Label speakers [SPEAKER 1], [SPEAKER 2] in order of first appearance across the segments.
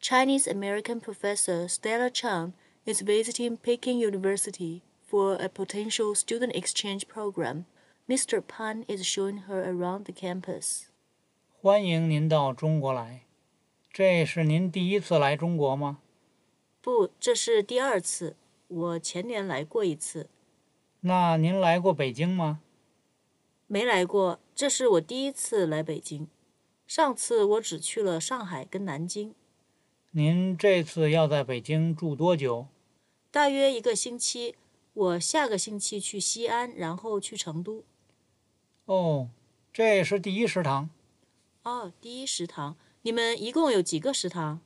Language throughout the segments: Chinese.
[SPEAKER 1] Chinese American professor Stella Chang is visiting Peking University for a potential student exchange program. Mr. Pan is showing her around the campus.
[SPEAKER 2] 欢迎您到中国来。这是您第一次来中国吗？
[SPEAKER 1] 不，这是第二次，我前年来过一次，
[SPEAKER 2] 那您来过北京吗？
[SPEAKER 1] 没来过，这是我第一次来北京。上次我只去了上海跟南京，
[SPEAKER 2] 您这次要在北京住多久？
[SPEAKER 1] 大约一个星期。我下个星期去西安，然后去成都。
[SPEAKER 2] 哦，这是第一食堂，
[SPEAKER 1] 哦，第一食堂，你们一共有几个食堂？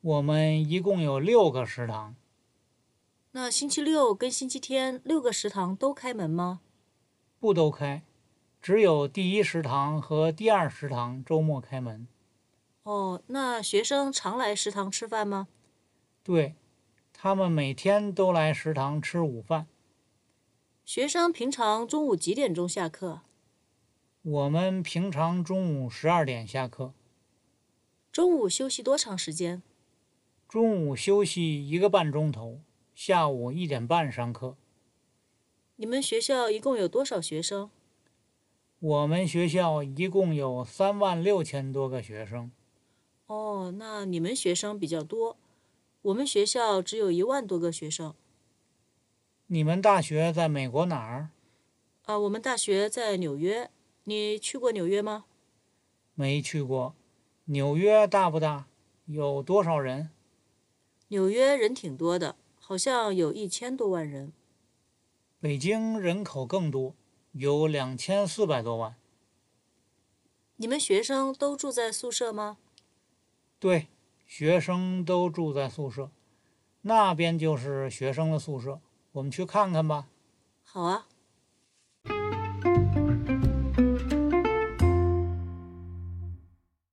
[SPEAKER 2] 我们一共有六个食堂。
[SPEAKER 1] 那星期六跟星期天六个食堂都开门吗？
[SPEAKER 2] 不都开，只有第一食堂和第二食堂周末开门。
[SPEAKER 1] 哦，那学生常来食堂吃饭吗？
[SPEAKER 2] 对，他们每天都来食堂吃午饭。
[SPEAKER 1] 学生平常中午几点钟下课？
[SPEAKER 2] 我们平常中午十二点下课，
[SPEAKER 1] 中午休息多长时间？
[SPEAKER 2] 中午休息一个半钟头，下午一点半上课。
[SPEAKER 1] 你们学校一共有多少学生？
[SPEAKER 2] 我们学校一共有三万六千多个学生，
[SPEAKER 1] 哦，那你们学生比较多，我们学校只有一万多个学生。
[SPEAKER 2] 你们大学在美国哪儿？
[SPEAKER 1] 啊，我们大学在纽约，你去过纽约吗？
[SPEAKER 2] 没去过。纽约大不大？有多少人？
[SPEAKER 1] 纽约人挺多的，好像有一千多万人。
[SPEAKER 2] 北京人口更多，有两千四百多万。
[SPEAKER 1] 你们学生都住在宿舍吗？
[SPEAKER 2] 对，学生都住在宿舍，那边就是学生的宿舍。我们去看看吧。
[SPEAKER 1] 好啊，